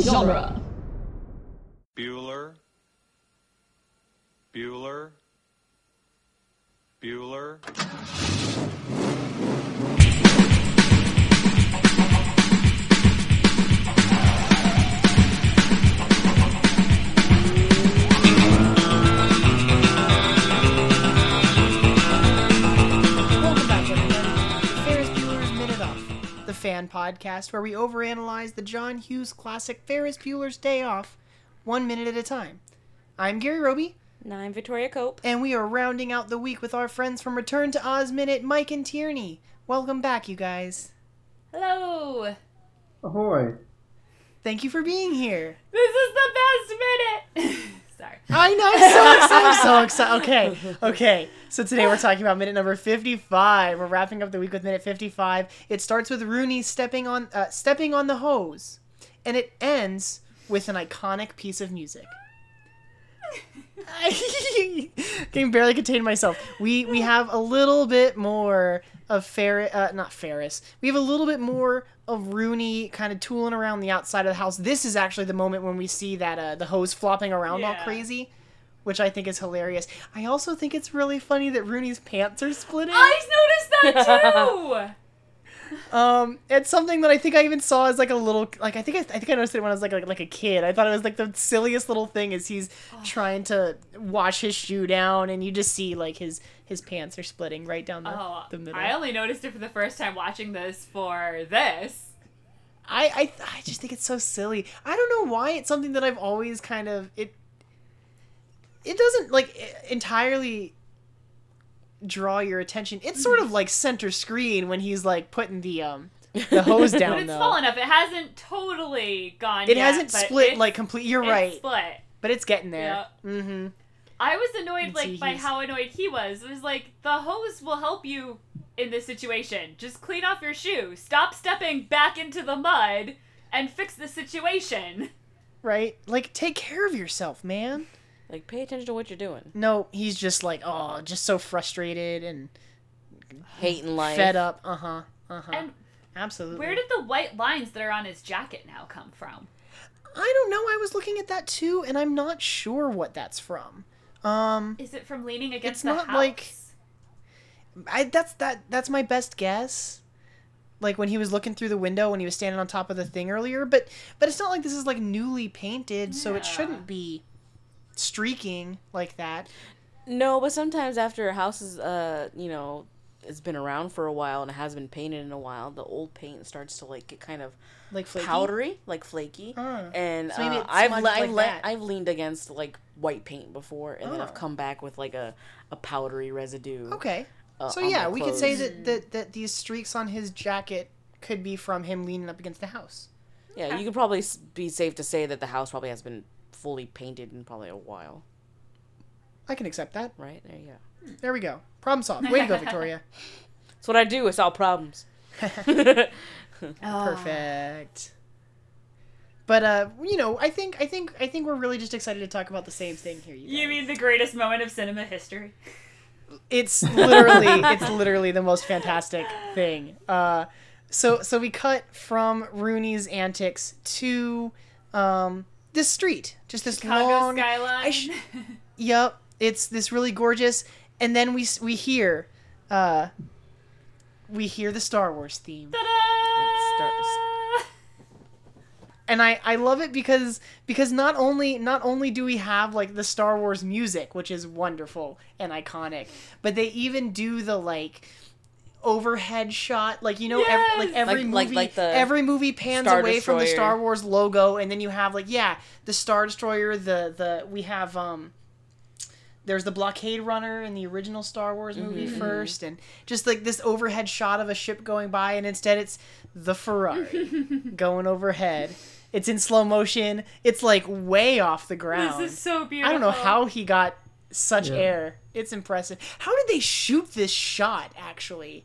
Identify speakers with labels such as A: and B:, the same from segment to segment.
A: genre.
B: Bueller. Bueller. Bueller.
C: Welcome back, everyone, to Ferris Bueller's Minute Off, the fan podcast where we overanalyze the John Hughes classic Ferris Bueller's Day Off, one minute at a time. I'm Gary Roby,
D: And I'm Victoria Cope.
C: and we are rounding out the week with our friends from Return to Oz Minute, Mike and Tierney. Welcome back, you guys.
D: Hello!
E: Ahoy.
C: Thank you for being here.
D: This is the best minute! Sorry.
C: I know, I'm so excited. I'm so excited. Okay, okay. So today we're talking about minute number 55. We're wrapping up the week with minute 55. It starts with Rooney stepping on uh, stepping on the hose, and it ends with an iconic piece of music. I can barely contain myself. We we have a little bit more of Ferris, uh, not Ferris. We have a little bit more of Rooney kind of tooling around the outside of the house. This is actually the moment when we see that uh, the hose flopping around all
D: Yeah.
C: crazy, which I think is hilarious. I also think it's really funny that Rooney's pants are splitting.
D: I noticed that too!
C: Um, it's something that I think I even saw as like a little like I think I, I think I noticed it when I was like, like like a kid. I thought it was like the silliest little thing is he's trying to wash his shoe down and you just see like his his pants are splitting right down the,
D: oh,
C: the middle.
D: I only noticed it for the first time watching this for this.
C: I, I I just think it's so silly. I don't know why it's something that I've always kind of it it doesn't like e- entirely draw your attention. It's sort
D: Mm-hmm.
C: of like center screen when he's like putting the um the hose down
D: But it's
C: though.
D: full enough. It hasn't totally gone
C: It
D: yet,
C: hasn't
D: but
C: split
D: it's-
C: like complete. You're
D: it's
C: right,
D: split.
C: but it's getting there. Mm-hmm.
D: I was annoyed
C: You'd see
D: like by
C: he's-
D: how annoyed he was. It was like the hose will help you in this situation. Just clean off your shoe. Stop stepping back into the mud and fix the situation.
C: Right? Like, take care of yourself, man.
F: Like, pay attention to what you're doing.
C: No, he's just like, oh, just so frustrated and
F: Hating life.
C: fed up. Uh huh. Uh huh.
D: And
C: Absolutely.
D: Where did the white lines that are on his jacket now come from?
C: I don't know. I was looking at that too, and I'm not sure what that's from. Um,
D: Is it from leaning against
C: It's
D: the
C: not
D: house?
C: like- I that's that that's my best guess. Like when he was looking through the window when he was standing on top of the thing earlier, but but it's not like this is like newly painted, so
D: Yeah.
C: it shouldn't be streaking like that.
F: No, but sometimes after a house is, uh, you know, it's been around for a while and it has been painted in a while, the old paint starts to like get kind of
C: Like flaky.
F: powdery, like flaky.
C: Ah.
F: And
C: So maybe
F: uh,
C: it's
F: I've
C: smudged
F: le-
C: like
F: I've, le-
C: that. Oh.
F: I've leaned against like white paint before, and then I've come back with like a, a powdery residue.
C: Okay.
F: uh,
C: so
F: on
C: yeah,
F: my
C: we could say
F: clothes.
C: that, that that these streaks on his jacket could be from him leaning up against the house.
F: Yeah, you could probably s- be safe to say that the house probably has been fully painted in probably a while,
C: I can accept that.
F: right? There you go.
C: There we go. Problem solved. Way to go, Victoria.
F: That's what I do. I solve problems.
C: Oh. Perfect. But uh, you know, I think I think I think we're really just excited to talk about the same thing here. You,
D: You
C: guys.
D: mean the greatest moment of cinema history?
C: it's literally it's literally the most fantastic thing. Uh, so so we cut from Rooney's antics to um this street, just this
D: Congo
C: long
D: skyline.
C: I sh- Yep, it's this really gorgeous, and then we s- we hear, uh, we hear the Star Wars theme,
D: Ta-da!
C: and I I love it because because not only not only do we have like the Star Wars music, which is wonderful and iconic, but they even do the like overhead shot like you know
D: Yes!
C: every, like every
F: Like-
C: movie
F: like- like the
C: every movie pans
F: Star
C: away from the
F: Destroyer.
C: Star Wars logo and then you have like yeah the Star Destroyer the the we have um there's the blockade runner in the original Star Wars movie
F: Mm-hmm.
C: first, and just like this overhead shot of a ship going by, and instead it's the Ferrari going overhead. It's in slow motion. It's like way off the ground.
D: This is so beautiful.
C: I don't know how he got such
E: Yeah.
C: air. It's impressive. How did they shoot this shot? Actually,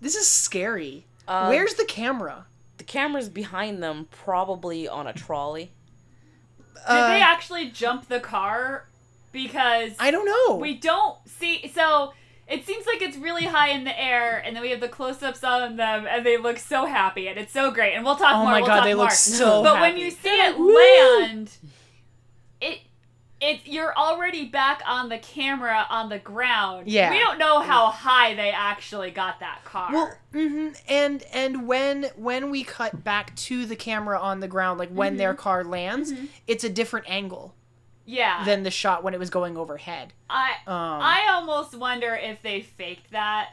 C: this is scary.
D: Uh,
F: Um,
C: Where's the camera?
F: the camera's behind them, probably on a trolley.
D: Did
C: uh,
D: they actually jump the car? Because
C: I don't know.
D: we don't see. So It seems like it's really high in the air, and then we have the close-ups on them, and they look so happy, and it's so great. And we'll talk
C: Oh
D: more.
C: my
D: we'll
C: god,
D: talk
C: they
D: more.
C: look so.
D: But
C: happy.
D: when you see
F: They're
D: it
F: like, "Woo!"
D: land, it it you're already back on the camera on the ground.
C: Yeah.
D: we don't know how high they actually got that car.
C: Well, hmm and and when when we cut back to the camera on the ground, like when
D: Mm-hmm.
C: their car lands, it's a different angle
D: yeah,
C: than the shot when it was going overhead.
D: I
C: Um, I,
D: I almost wonder if they faked that.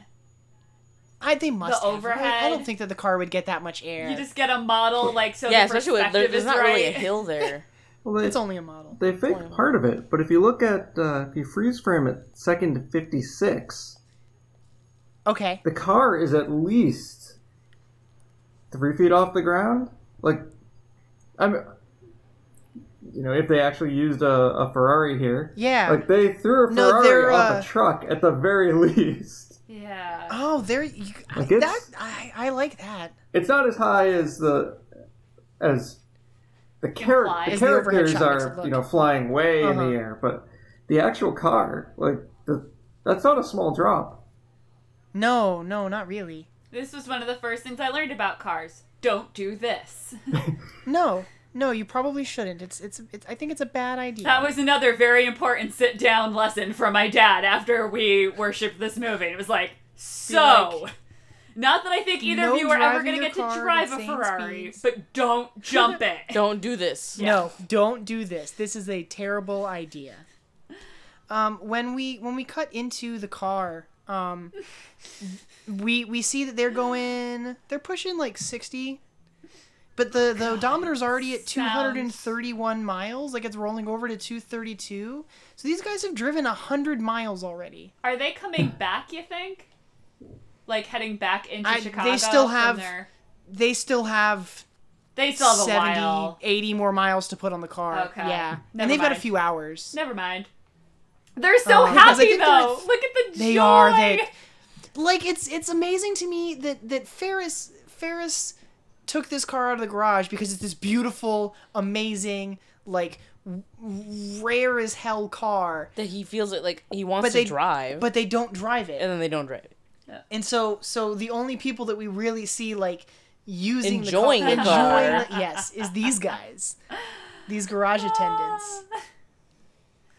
C: they must
D: the
C: have, right? I
D: overhead-
C: don't think that the car would get that much air.
D: You just get a model like so.
F: yeah,
D: the
F: especially with there,
D: perspective
F: there's
D: is
F: not
D: right.
F: really a hill there.
A: Well, they,
C: it's only a model.
A: they faked part of it, but if you look at uh, if you freeze frame it second to fifty six,
C: Okay.
A: the car is at least three feet off the ground. Like, I mean, you know, if they actually used a, a Ferrari here,
C: Yeah.
A: like they threw a
C: No,
A: Ferrari
C: they're,
A: off
C: uh,
A: a truck at the very least.
D: Yeah.
C: Oh, there. You, I,
A: Like it's-
C: that I, I like that.
A: It's not as high as the as the, char-
D: Implies.
A: the
C: As the overhead
A: characters
C: shot makes it
A: are
C: look.
A: you know flying way
C: Uh-huh.
A: in the air, but the actual car, like the, that's not a small drop.
C: No, no, not really.
D: This was one of the first things I learned about cars. Don't do this.
C: No, no, you probably shouldn't. It's it's. it's I think it's a bad idea.
D: That was another very important sit down lesson from my dad after we worshipped this movie. It was like, so. not that I think either
C: No
D: of you are
C: driving
D: ever going
C: your
D: to get to
C: car
D: drive
C: at
D: a
C: insane
D: Ferrari,
C: speeds.
D: but don't jump it.
F: Don't do this.
C: No, don't do this. This is a terrible idea. Um, when we when we cut into the car, um, we we see that they're going they're pushing like sixty, but the the odometer's already at two hundred and thirty one miles. Like it's rolling over to two thirty two. So these guys have driven hundred miles already.
D: Are they coming back, you think? Like heading back into
C: I- they
D: Chicago?
C: still
D: from
C: have-
D: their-
C: They still have
D: They still have a
C: 70,
D: while.
C: 80 more miles to put on the car.
D: Okay.
C: Yeah,
D: Never
C: and they've got a
D: mind.
C: few hours.
D: Never mind. They're so
C: Um, because I
D: happy,
C: think they're-
D: though. Look at the
C: They
D: joy.
C: are that like it's it's amazing to me that that Ferris Ferris took this car out of the garage because it's this beautiful, amazing, like w- rare as hell car,
F: That he feels it like he wants
C: But
F: to
C: they-
F: drive,
C: but they don't drive it.
F: and then they don't drive it.
C: And so so the only people that we really see like using
F: Enjoying
C: the
F: the
C: car,
F: car.
C: enjoying the- yes, is these guys. These garage attendants.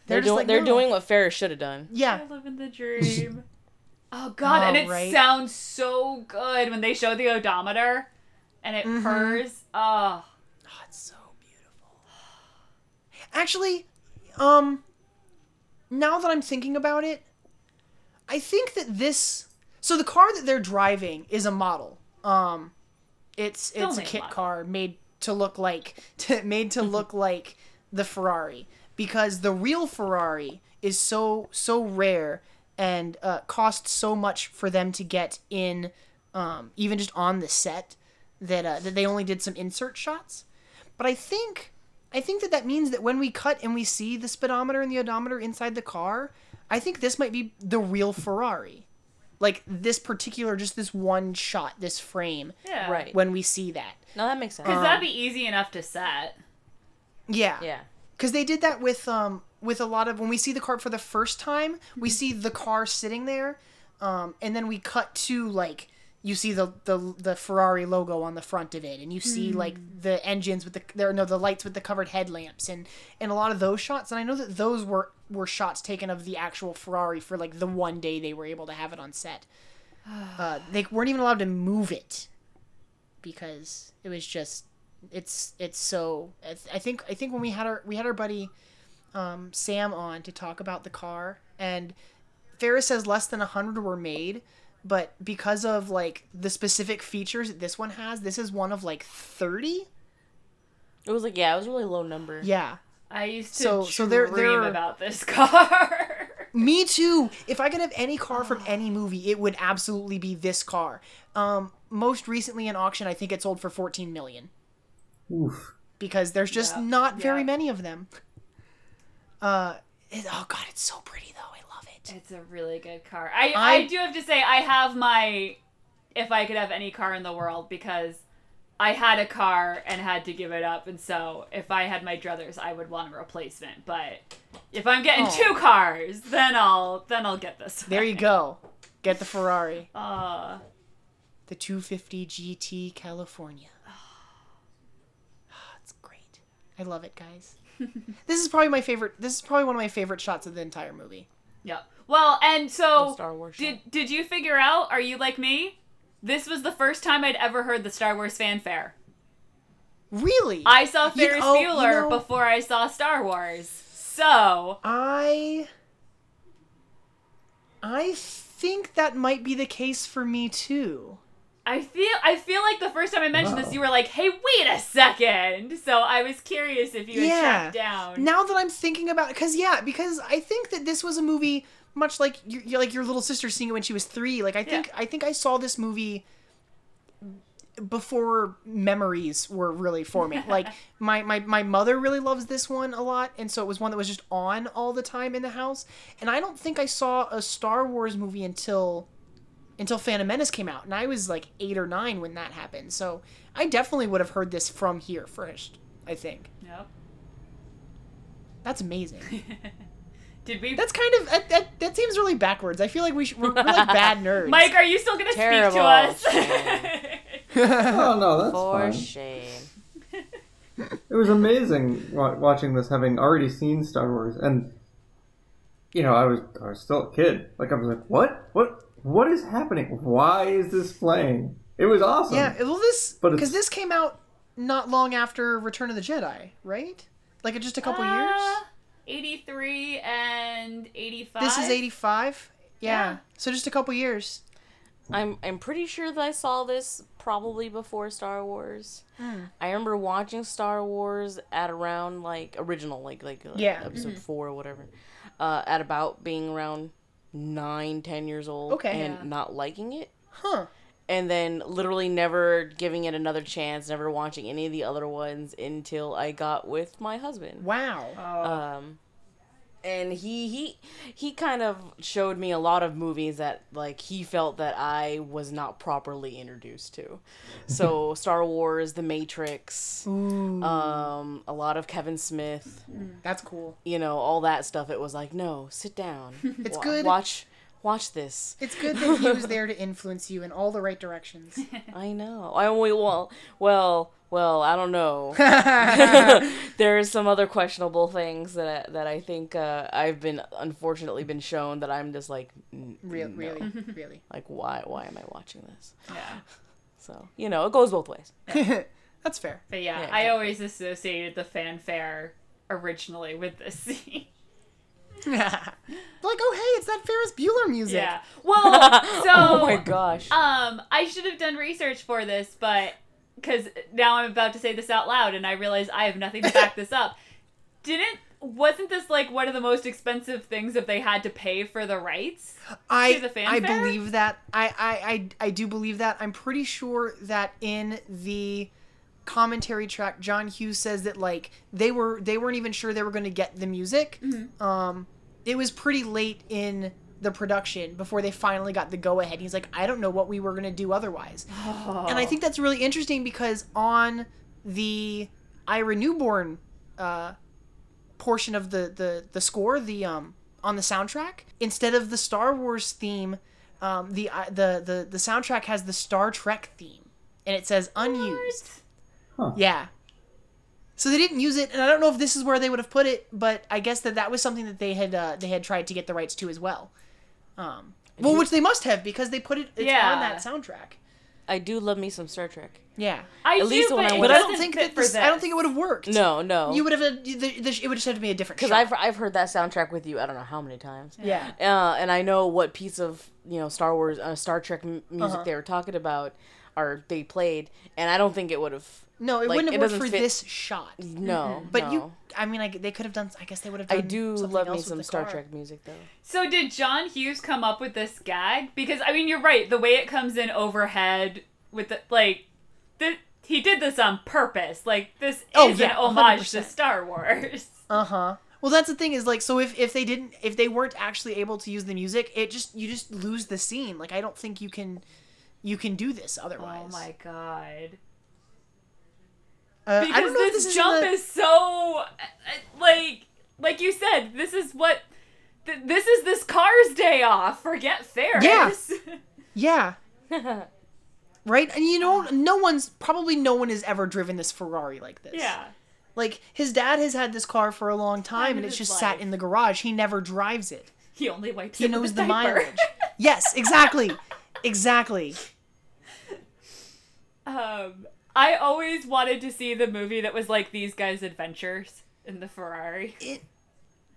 F: They're,
C: just
F: doing
C: like,
F: they're
C: "No."
F: doing what Ferris should have done.
C: Yeah.
D: I live in the dream. oh god, and
C: Oh,
D: it
C: right.
D: sounds so good when they show the odometer and
C: Mm-hmm.
D: it purrs. Oh.
C: It's so beautiful. Actually, um, now that I'm thinking about it, I think that this. So the car that they're driving is a model. Um, it's it's a
D: only a
C: kit
D: model.
C: car made to look like to, made to look like the Ferrari because the real Ferrari is so so rare and uh, costs so much for them to get in, um, even just on the set that uh, that they only did some insert shots. But I think I think that that means that when we cut and we see the speedometer and the odometer inside the car, I think this might be the real Ferrari. Like this particular, just this one shot, this frame,
D: Yeah. Uh-huh.
F: Right.
C: when we see that.
F: No, that makes sense.
D: Because
C: Um,
D: that'd be easy enough to set.
C: Yeah.
F: yeah.
C: Because they did that with um with a lot of when we see the car for the first time, we see the car sitting there, um, and then we cut to like you see the the the Ferrari logo on the front of it, and you see like the engines with the there no the lights with the covered headlamps, and and a lot of those shots. And I know that those were were shots taken of the actual Ferrari for like the one day they were able to have it on set. Uh, they weren't even allowed to move it because it was just it's it's so it's, I think I think when we had our we had our buddy um, Sam on to talk about the car and Ferris says less than 100 were made but because of like the specific features that this one has this is one of like 30
F: It was like yeah, it was a really low number.
C: yeah
D: I used to
C: So-
D: dream
C: so they're- they're-
D: about this car.
C: Me too. If I could have any car from any movie, it would absolutely be this car. Um, most recently in auction, I think it sold for 14 million
A: Oof.
C: because there's just
D: Yeah,
C: not very
D: yeah.
C: many of them. Uh, it- oh god, it's so pretty though. I love it.
D: it's a really good car. I, I
C: I-
D: do have to say I have my if I could have any car in the world because I had a car and had to give it up, and so if I had my druthers, I would want a replacement. But if I'm getting
C: Oh.
D: two cars, then I'll then I'll get this.
C: There you
D: one.
C: go. Get the Ferrari,
D: Uh,
C: the 250 GT California. It's great. I love it, guys. this is probably my favorite. This is probably one of my favorite shots of the entire movie.
D: yeah. Well, and
F: The
D: so
F: Star Wars
D: Oh, did did you figure out? Are you like me? This was the first time I'd ever heard the Star Wars fanfare.
C: Really?
D: I saw
C: You-
D: Ferris
C: oh, you
D: Bueller
C: know-
D: before I saw Star Wars. So
C: I I think that might be the case for me too.
D: I feel I feel like the first time I mentioned
A: Wow.
D: this, you were like, "Hey, wait a second. So I was curious if you
C: Yeah.
D: had tracked down.
C: Now that I'm thinking about cuz yeah, because I think that this was a movie much like your, your like your little sister seeing it when she was 3. Like I think I think I saw this movie before memories were really forming. like my, my my mother really loves this one a lot and so it was one that was just on all the time in the house and I don't think I saw a Star Wars movie until until Phantom Menace came out, and I was like eight or nine when that happened. So I definitely would have heard this from here first. I think
D: Nope.
C: that's amazing.
D: Did we?
C: That's kind of that, that, that seems really backwards. I feel like we should, we're, we're like bad nerds.
D: Mike, are you still gonna
F: Terrible.
D: speak to us?
A: Oh no, that's
F: For
A: fine.
F: shame.
A: It was amazing wa- watching this, having already seen Star Wars, and you know, I was I was still a kid. Like I was like, what, what, what is happening? Why is this playing? It was awesome.
C: yeah, well, this
A: But it's-
C: because this came out not long after Return of the Jedi, right? Like just a couple
D: Uh,
C: years.
D: Eighty-three and eighty-five.
C: This is eighty five. Yeah.
D: Yeah.
C: so just a couple years.
F: I'm I'm pretty sure that I saw this probably before Star Wars.
C: Hmm.
F: I remember watching Star Wars at around like original like like uh,
C: Yeah. Mm-hmm.
F: episode four or whatever, uh, at about being around nine ten years old.
C: Okay.
F: and
D: Yeah.
F: not liking it,
C: Huh.
F: and then literally never giving it another chance, never watching any of the other ones until I got with my husband
C: Wow.
F: um and he he he kind of showed me a lot of movies that like he felt that I was not properly introduced to. So Star Wars, The Matrix,
C: Ooh,
F: um a lot of Kevin Smith,
C: that's cool.
F: you know, all that stuff. It was like, "No, sit down.
C: It's
F: Wa-
C: good.
F: Watch watch this."
C: It's good that he was there to influence you in all the right directions.
F: I know. I only well, well, well, I don't know. there is some other questionable things that I, that I think uh, I've been unfortunately been shown that I'm just like n-
C: Real,
F: no.
C: really, really.
F: like why why am I watching this?
D: Yeah.
F: So you know it goes both ways.
C: That's fair.
D: But yeah,
F: Yeah,
D: I always associated the fanfare originally with this scene.
C: like, oh hey, it's that Ferris Bueller music.
D: yeah. Well, so
F: oh my gosh,
D: Um, I should have done research for this, but because now I'm about to say this out loud, and I realize I have nothing to back this up. Didn't wasn't this like one of the most expensive things that they had to pay for the rights?
C: I
D: To the
C: I
D: fanfare?
C: believe that. I, I I I do believe that. I'm pretty sure that in the commentary track, John Hughes says that like they were they weren't even sure they were going to get the music.
D: Mm-hmm.
C: Um, it was pretty late in the production before they finally got the go ahead. He's like, I don't know what we were going to do otherwise. And I think that's really interesting because on the Ira Newborn uh, portion of the, the the score, the um on the soundtrack, instead of the Star Wars theme, um, the uh, the the the soundtrack has the Star Trek theme, and it says unused.
A: Huh.
C: Yeah. So they didn't use it, and I don't know if this is where they would have put it, but I guess that that was something that they had uh, they had tried to get the rights to as well. Um, well, which they must have because they put it it's on
D: Yeah.
C: that soundtrack.
F: I do love me some Star Trek.
C: Yeah.
D: I
F: At
D: do,
F: least
D: but
F: when I
D: it
F: was-
C: But I don't
D: doesn't
C: think
D: fit
C: that
D: for
C: this,
D: this.
C: I don't think it would have worked.
F: No, no,
C: You would have had, the, the, it would just have to be a different.
F: because
C: shot.
F: I've I've heard that soundtrack with you. I don't know how many times.
C: yeah.
F: uh, and I know what piece of you know Star Wars, uh, Star Trek m- music
C: Uh-huh.
F: they were talking about, or they played, and I don't think it would have.
C: No, it
F: Like,
C: wouldn't
F: it
C: have worked
F: doesn't
C: for
F: fit-
C: this shot.
F: No,
C: But
F: no.
C: you, I mean, I, they could have done. I guess they would have. Done
F: I do
C: something
F: love
C: else
F: me
C: with
F: some
C: the
F: Star
C: car.
F: Trek music though.
D: So did John Hughes come up with this gag? Because I mean, you're right. The way it comes in overhead with the like, the, he did this on purpose. Like this
C: Oh,
D: is
C: yeah,
D: an homage to
C: 100%.
D: Star Wars.
C: Uh huh. Well, that's the thing is like, so if if they didn't, if they weren't actually able to use the music, it just you just lose the scene. Like, I don't think you can, you can do this otherwise.
D: Oh my Oh god.
C: Uh, I
D: because
C: don't know if
D: this,
C: this
D: jump
C: in the-
D: is so uh, uh, like like you said this is what th- this is this car's day off forget ferris
C: Yeah. Yeah. right? And you know, no one's probably no one has ever driven this Ferrari like this.
D: yeah
C: Like his dad has had this car for a long time,
D: in
C: and it's
D: his
C: just sat
D: life.
C: in the garage. He never drives it.
D: he only wipes
C: He
D: it
C: knows
D: with
C: the
D: a diaper.
C: mileage. Yes, exactly. exactly.
D: um i always wanted to see the movie that was like these guys adventures in the ferrari
C: It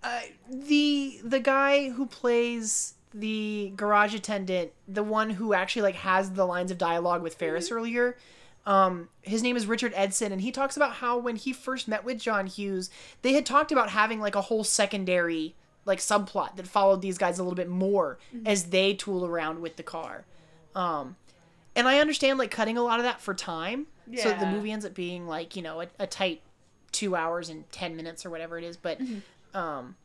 C: uh, the the guy who plays the garage attendant, the one who actually like has the lines of dialogue with
D: Mm-hmm.
C: Ferris earlier, um, his name is Richard Edson, and he talks about how when he first met with John Hughes, they had talked about having like a whole secondary like subplot that followed these guys a little bit more
D: Mm-hmm.
C: as they tool around with the car. Um, and I understand like cutting a lot of that for time, so that the
D: Yeah.
C: movie ends up being like you know a, a tight two hours and ten minutes or whatever it is. But
D: Mm-hmm.
C: um,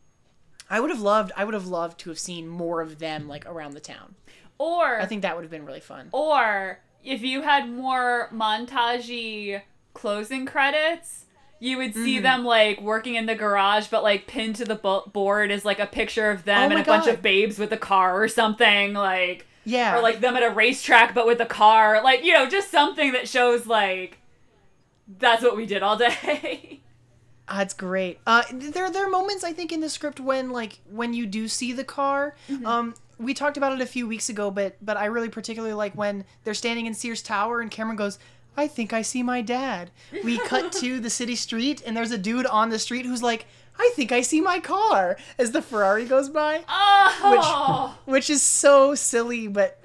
C: I would have loved I would have loved to have seen more of them like around the town.
D: or
C: I think that would have been really fun.
D: Or if you had more montagey closing credits, you would see
C: Mm-hmm.
D: them like working in the garage, but like pinned to the bo- board is like a picture of them
C: Oh
D: and
C: my
D: a bunch
C: God.
D: of babes with a car or something, like
C: Yeah.
D: or like them at a racetrack but with a car, like you know, just something that shows like that's what we did all day.
C: Ah, it's great. Uh, there, there are moments I think in the script when, like, when you do see the car. Um, we talked about it a few weeks ago, but but I really particularly like when they're standing in Sears Tower and Cameron goes, "I think I see my dad." We cut to the city street and there's a dude on the street who's like, "I think I see my car" as the Ferrari goes by,
D: oh,
C: which is so silly, but.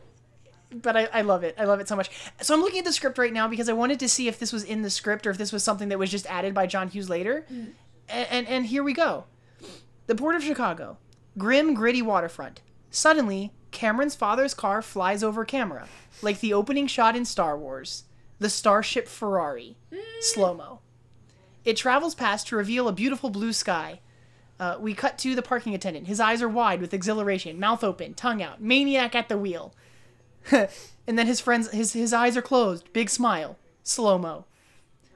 C: But I, I love it. I love it so much. So I'm looking at the script right now because I wanted to see if this was in the script or if this was something that was just added by John Hughes later and, and and here we go. The port of Chicago, grim, gritty waterfront. Suddenly, Cameron's father's car flies over camera, like the opening shot in Star Wars, the starship Ferrari, slow mo. It travels past to reveal a beautiful blue sky. Uh, we cut to the parking attendant. His eyes are wide with exhilaration, mouth open, tongue out, maniac at the wheel. and then his friends, his his eyes are closed, big smile, slow mo.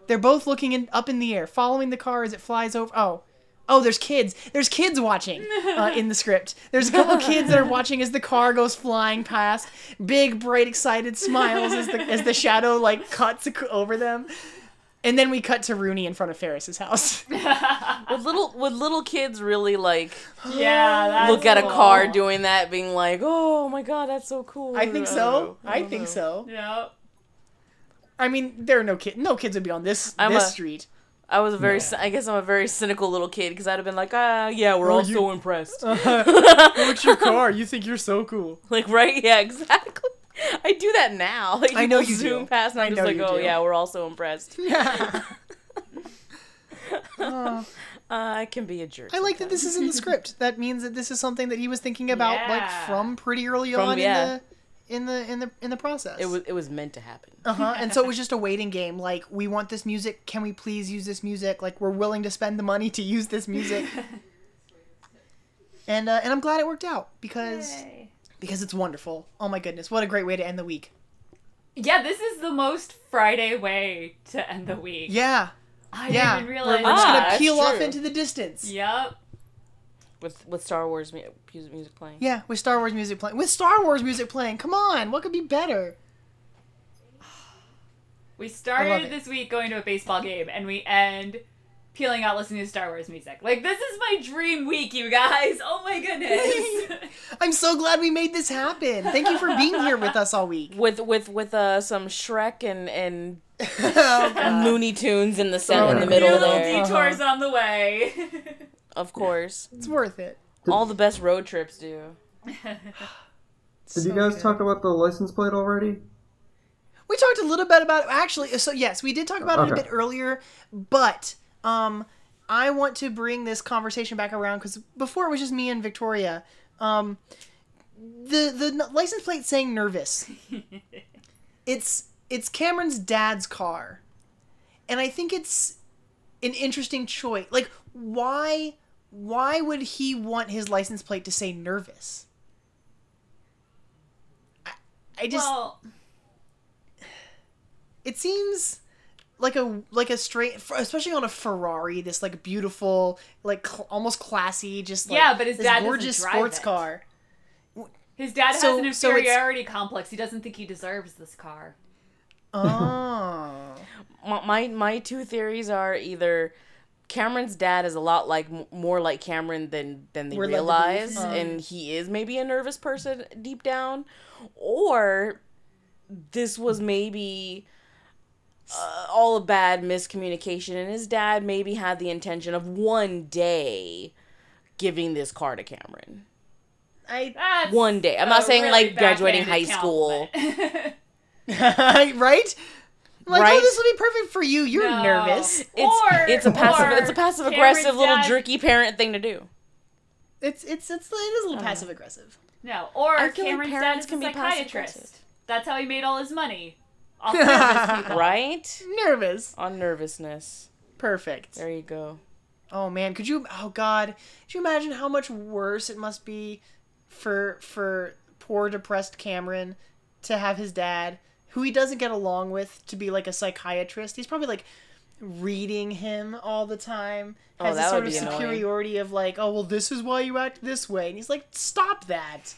C: They're both looking in, up in the air, following the car as it flies over. Oh, oh, there's kids. There's kids watching uh, in the script. There's a couple kids that are watching as the car goes flying past. Big, bright, excited smiles as the as the shadow like cuts ac- over them. And then we cut to Rooney in front of Ferris's house.
F: Would little would little kids really like
D: yeah. That's
F: look at a
D: cool.
F: car doing that, being like, "Oh my god, that's so cool."
C: I think so.
F: Mm-hmm.
C: I think so.
D: Yep.
C: I mean, there are no kids. No kids would be on this
F: I'm
C: this
F: a-
C: street.
F: I was a very, cy- I guess I'm a very cynical little kid because I'd have been like, "Ah, yeah, we're all
C: you- Uh.
F: so impressed."
C: What's your car? You think you're so cool?
F: like, right? Yeah, exactly. I do that now. Like,
C: I know
F: people
C: you do.
F: zoom past, and
C: I
F: I'm
C: know
F: just like,
C: you
F: "Oh
C: do.
F: yeah, we're all so impressed."
C: Yeah.
F: Uh, I can be a jerk.
C: I like that this is in the script. That means that this is something that he was thinking about like
D: Yeah.
C: from pretty early
F: From-
C: on
F: yeah.
C: in the in the in the in the process.
F: It was it was meant to happen.
C: uh-huh. and so it was just a waiting game. Like we want this music. Can we please use this music? Like we're willing to spend the money to use this music. and uh, and I'm glad it worked out because because it's wonderful. Oh my goodness, what a great way to end the week.
D: Yeah, this is the most Friday way to end the week.
C: Yeah,
D: I
C: yeah.
D: didn't
C: We're,
D: realize.
C: we're just
F: Ah,
C: gonna
F: that's
C: peel off
F: true.
C: into the distance. Yeah.
D: Yep.
F: With with Star Wars mu- music music playing.
C: with Star Wars music playing. With Star Wars music playing. Come on, what could be better?
D: We
C: I love it.
D: started this week going to a baseball game, and we end peeling out listening to Star Wars music. Like this is my dream week, you guys. Oh my goodness.
C: I'm so glad we made this happen. Thank you for being here with us all week.
F: With with with uh some Shrek and and uh,
C: Oh, God.
F: Looney Tunes in the center in the
A: Yeah.
F: middle
D: Little
F: there.
D: detours on the way.
F: Of course,
C: It's worth it.
F: all the best road trips do.
A: Did you guys talk about the license plate already?
C: We talked a little bit about it. Actually, so yes, we did talk about it a
A: Okay.
C: bit earlier, but um, I want to bring this conversation back around because before it was just me and Victoria. Um, the the n- license plate saying nervous. it's it's Cameron's dad's car, and I think it's an interesting choice. Like, why why would he want his license plate to say nervous? I, I just
D: well,
C: it seems like a like a straight, especially on a Ferrari, this like beautiful, like cl- almost classy, just like,
D: Yeah, but his
C: this
D: dad doesn't
C: gorgeous
D: drive
C: sports
D: it.
C: car.
D: His dad
C: So-
D: has an
C: so it's-
D: inferiority complex. He doesn't think he deserves this car.
C: Oh,
F: my, my my two theories are either Cameron's dad is a lot like m- more like Cameron than than they
C: We're led to
F: realize,
C: believe.
F: and he is maybe a nervous person deep down, or this was maybe uh, all a bad miscommunication, and his dad maybe had the intention of one day giving this car to Cameron.
C: I
D: That's
F: One day. I'm not
D: a
F: saying,
D: really
F: like, graduating
D: backhanded
F: high school.
D: compliment.
C: right. I'm like, oh,
F: Right?
C: this will be perfect for you. You're
D: No.
C: nervous.
F: It's
D: Or-
F: it's a passive
D: or
F: it's a passive
D: Cameron's
F: aggressive little
D: dad-
F: jerky parent thing to do.
C: It's it's it's it is a
F: Uh-huh.
C: little passive aggressive.
D: No, or
F: I feel like
D: Cameron's dad
F: parents
D: is a
F: can be
D: psychiatrist.
F: passive-aggressive.
D: That's how he made all his money. Off nervous people.
F: Right?
C: Nervous.
F: On nervousness.
C: Perfect.
F: There you go.
C: Oh man, could you? Oh god, could you imagine how much worse it must be for for poor depressed Cameron to have his dad, who he doesn't get along with, to be like a psychiatrist. He's probably like reading him all the time.
F: Oh,
C: Has
F: that
C: this sort
F: would
C: of
F: be annoying.
C: superiority of like, oh well, this is why you act this way, and he's like, stop that.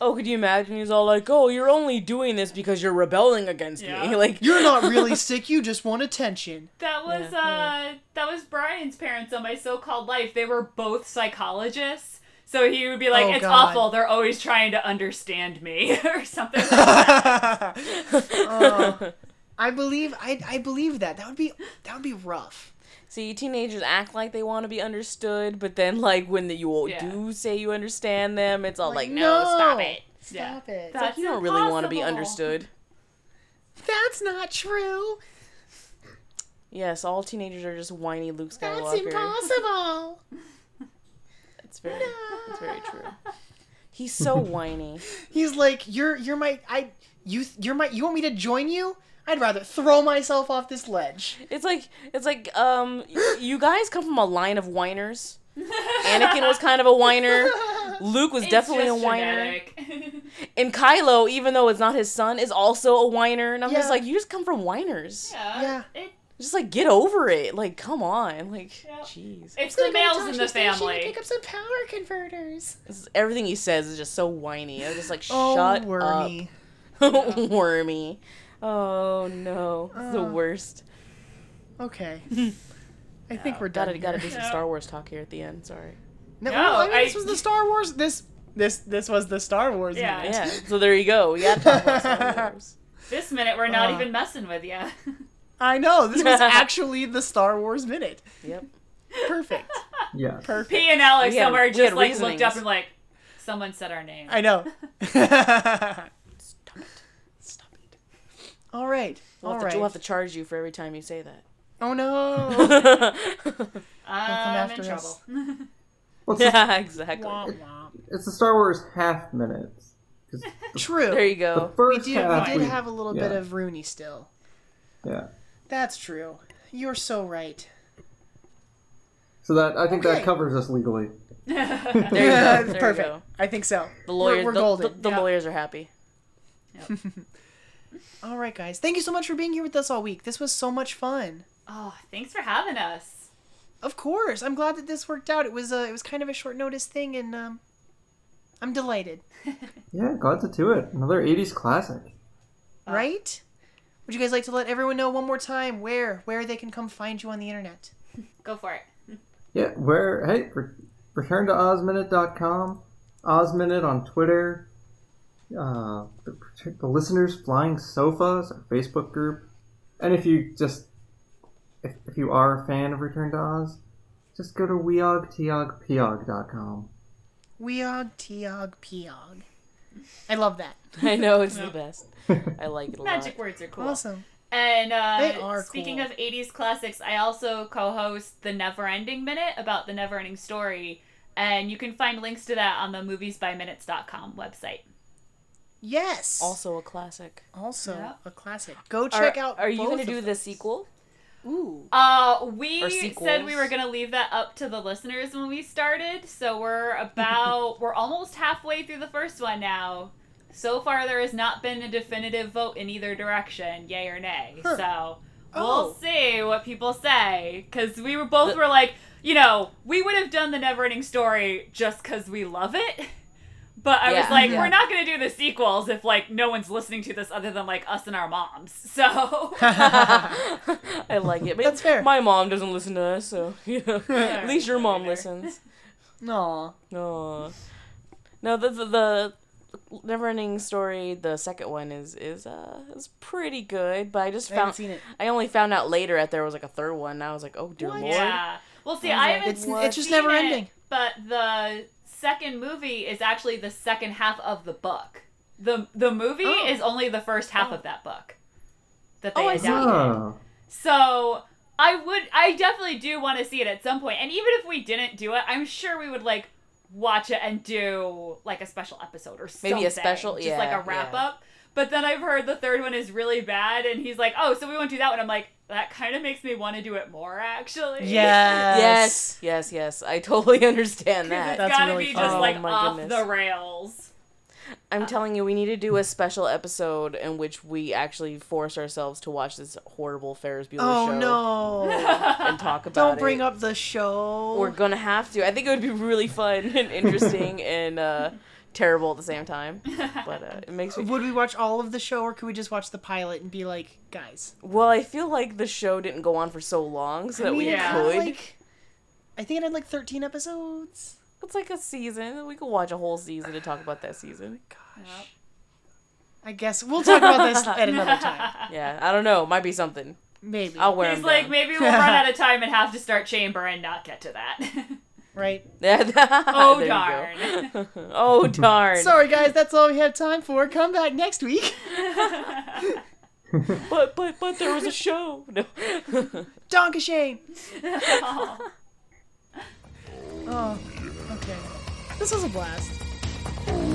F: Oh, could you imagine? He's all like, "Oh, you're only doing this because you're rebelling against
D: Yeah.
F: me." Like,
C: You're not really sick. You just want attention.
D: That was uh that was Brian's parents on my so-called life. They were both psychologists. So he would be like,
C: Oh,
D: "It's
C: God.
D: awful. They're always trying to understand me," or something. like that.
C: Oh, I believe I I believe that. That would be that would be rough.
F: see, teenagers act like they want to be understood, but then like when the, you
D: Yeah.
F: do say you understand them, it's all like,
C: Like,
F: "No, stop
C: no.
F: it."
D: Yeah.
C: Stop it.
F: Like,
D: That's
F: you don't really want to be
D: impossible.
F: understood.
C: That's not true.
F: Yes, all teenagers are just whiny Luke
C: That's
F: Skywalker.
C: impossible.
F: That's very, that's very true. He's so whiny.
C: He's like, you're you're my I you th- you're my you want me to join you? I'd rather throw myself off this ledge.
F: It's like it's like um y- you guys come from a line of whiners. Anakin was kind of a whiner. Luke was
D: It's
F: definitely a
D: just
F: whiner.
D: genetic.
F: And Kylo, even though it's not his son, is also a whiner. And I'm just
C: Yeah.
F: like, you just come from whiners.
D: yeah.
C: Yeah.
D: It,
F: Just like get over it. Like, come on. Like,
D: Yeah.
F: jeez.
D: it's the males in the family.
C: Pick up some power converters.
F: It's- Everything he says is just so whiny. I'm just like, shut
C: oh, wormy.
F: up, wormy. Oh no, it's the
C: Uh,
F: worst.
C: Okay. I think we're done.
F: Gotta gotta do
C: here.
F: some
D: Yeah.
F: Star Wars talk here at the end. Sorry.
C: No,
D: No,
C: I mean, this
D: I-
C: was the Star Wars. This this this was the Star Wars.
D: Yeah.
C: minute.
F: Yeah. So there you go. We gotta talk about Star Wars.
D: This minute, we're not
C: Uh.
D: even messing with you.
C: I know. This was actually the Star Wars minute.
F: Yep.
C: Perfect.
A: Yes.
C: Perfect.
D: P and Alex
F: We had-
D: somewhere
F: we
D: just
F: had
D: like
F: reasonings.
D: looked up and like, someone said our name.
C: I know. Stop
F: Stop it. Stop it.
C: All right.
F: We'll
C: All
F: have, to,
C: right.
F: we'll have to charge you for every time you say that.
C: Oh no.
D: I'm in
C: after us.
D: trouble.
A: Well, it's,
F: yeah, exactly.
A: the, it's the Star Wars half minutes. 'Cause
C: True.
F: There you
A: The
F: go.
C: Oh. we
A: first
C: did,
A: half,
C: we did have a little bit
A: yeah.
C: of Rooney still.
A: yeah.
C: That's true. You're so right.
A: So that I think
C: Okay.
A: that covers us legally.
F: There you go. There you
C: Perfect.
F: go.
C: I think so.
F: The lawyers,
C: We're, we're
F: the,
C: golden.
F: The, the
D: Yeah.
F: lawyers are happy.
C: All right, guys. Thank you so much for being here with us all week. This was so much fun.
D: Oh, thanks for having us.
C: Of course. I'm glad that this worked out. It was uh, it was kind of a short notice thing, and um, I'm delighted.
A: Yeah, glad to do it. Another 80s classic.
C: Right? Would you guys like to let everyone know one more time where where they can come find you on the internet?
D: Go for it.
A: Yeah, where hey, re- return to osminute.com, osminute on Twitter, uh, the, the listeners flying sofas, our Facebook group, and if you just if, if you are a fan of Return to Oz, just go to weogtiogpiog.com.
C: Weog, Tiog, Piog. I love that.
F: I know it's the best. I like it a
D: Magic words are cool.
C: Awesome.
D: And uh,
C: They are
D: speaking
C: cool.
D: of 80s classics, I also co host the Never Ending Minute about the Never Ending Story. And you can find links to that on the moviesbyminutes.com website.
C: Yes.
F: lot. Also a classic.
C: also
D: Yeah.
C: a classic. Go check
F: are,
C: out.
F: Are you
C: both
F: gonna
C: of
F: do the
C: those.
F: sequel?
C: Ooh.
D: Uh, we
F: Or
D: said we
F: sequels.
D: were going to leave that up to the listeners when we started. So we're about, we're almost halfway through the first one now. So far, there has not been a definitive vote in either direction, yay or nay.
C: Huh.
D: So
C: Oh.
D: We'll see what people say because we were both were like, you know, we would have done the Neverending Story just because we love it. But I was
F: Yeah.
D: like,
F: Yeah.
D: we're not gonna do the sequels if like no one's listening to this other than like us and our moms. So
F: I like it. But
C: That's fair.
F: My mom doesn't listen to us, so you know. at least your mom
D: Neither.
F: listens.
C: no.
F: No, no, the the, the Neverending Story, the second one is is uh is pretty good, but I just
C: I haven't
F: found
C: seen it.
F: I only found out later that there was like a third one. And I was like, oh dear
C: What?
F: lord.
D: yeah, well,
F: Oh
D: see, I haven't.
C: It's it's just
D: seen
C: never
D: it,
C: ending.
D: But the second movie is actually the second half of the book. the The movie
F: Oh.
D: is only the first half of that book that they
F: Oh, I see.
D: adapted.
A: Oh.
D: So I would, I definitely do want to see it at some point. And even if we didn't do it, I'm sure we would like watch it and do like a special episode or something.
F: Maybe a special-
D: just like
F: yeah,
D: a wrap
F: yeah.
D: up. But then I've heard the third one is really bad, and he's like, "Oh, so we won't do that one." I'm like, that kind of makes me want to do it more, actually.
F: Yes, yes, yes. I totally understand
D: Because
F: that.
D: it's
C: That's
D: gotta
C: really
D: be
C: fun.
D: just
F: Oh
D: like
F: my
D: off
F: goodness.
D: the rails.
C: Uh,
F: I'm telling you, we need to do a special episode in which we actually force ourselves to watch this horrible Ferris Bueller
C: Oh
F: show
C: no.
F: and talk about
C: Don't
F: it.
C: bring up the show.
F: We're gonna have to. I think it would be really fun and interesting and uh, terrible at the same time. But uh, it makes me.
C: Would we watch all of the show or could we just watch the pilot and be like, guys?
F: Well, I feel like the show didn't go on for so long, so that we
D: mean, yeah.
C: it had,
F: could.
C: Like, I think it had like 13 episodes.
F: It's like a season. We could watch a whole season to talk about that season.
D: Yep.
C: I guess we'll talk about this at another time.
F: Yeah, I don't know. Might be something.
C: Maybe.
F: I'll wear.
D: He's
F: them
D: like,
F: down.
D: maybe we'll run out of time and have to start chamber and not get to that.
C: right.
F: Yeah.
D: Oh,
F: There you
D: darn.
F: go. oh darn.
C: Sorry, guys. That's all we have time for. Come back next week.
F: But but but there was a show. No.
C: Don Shane.
D: Oh.
C: Oh, okay. This was a blast.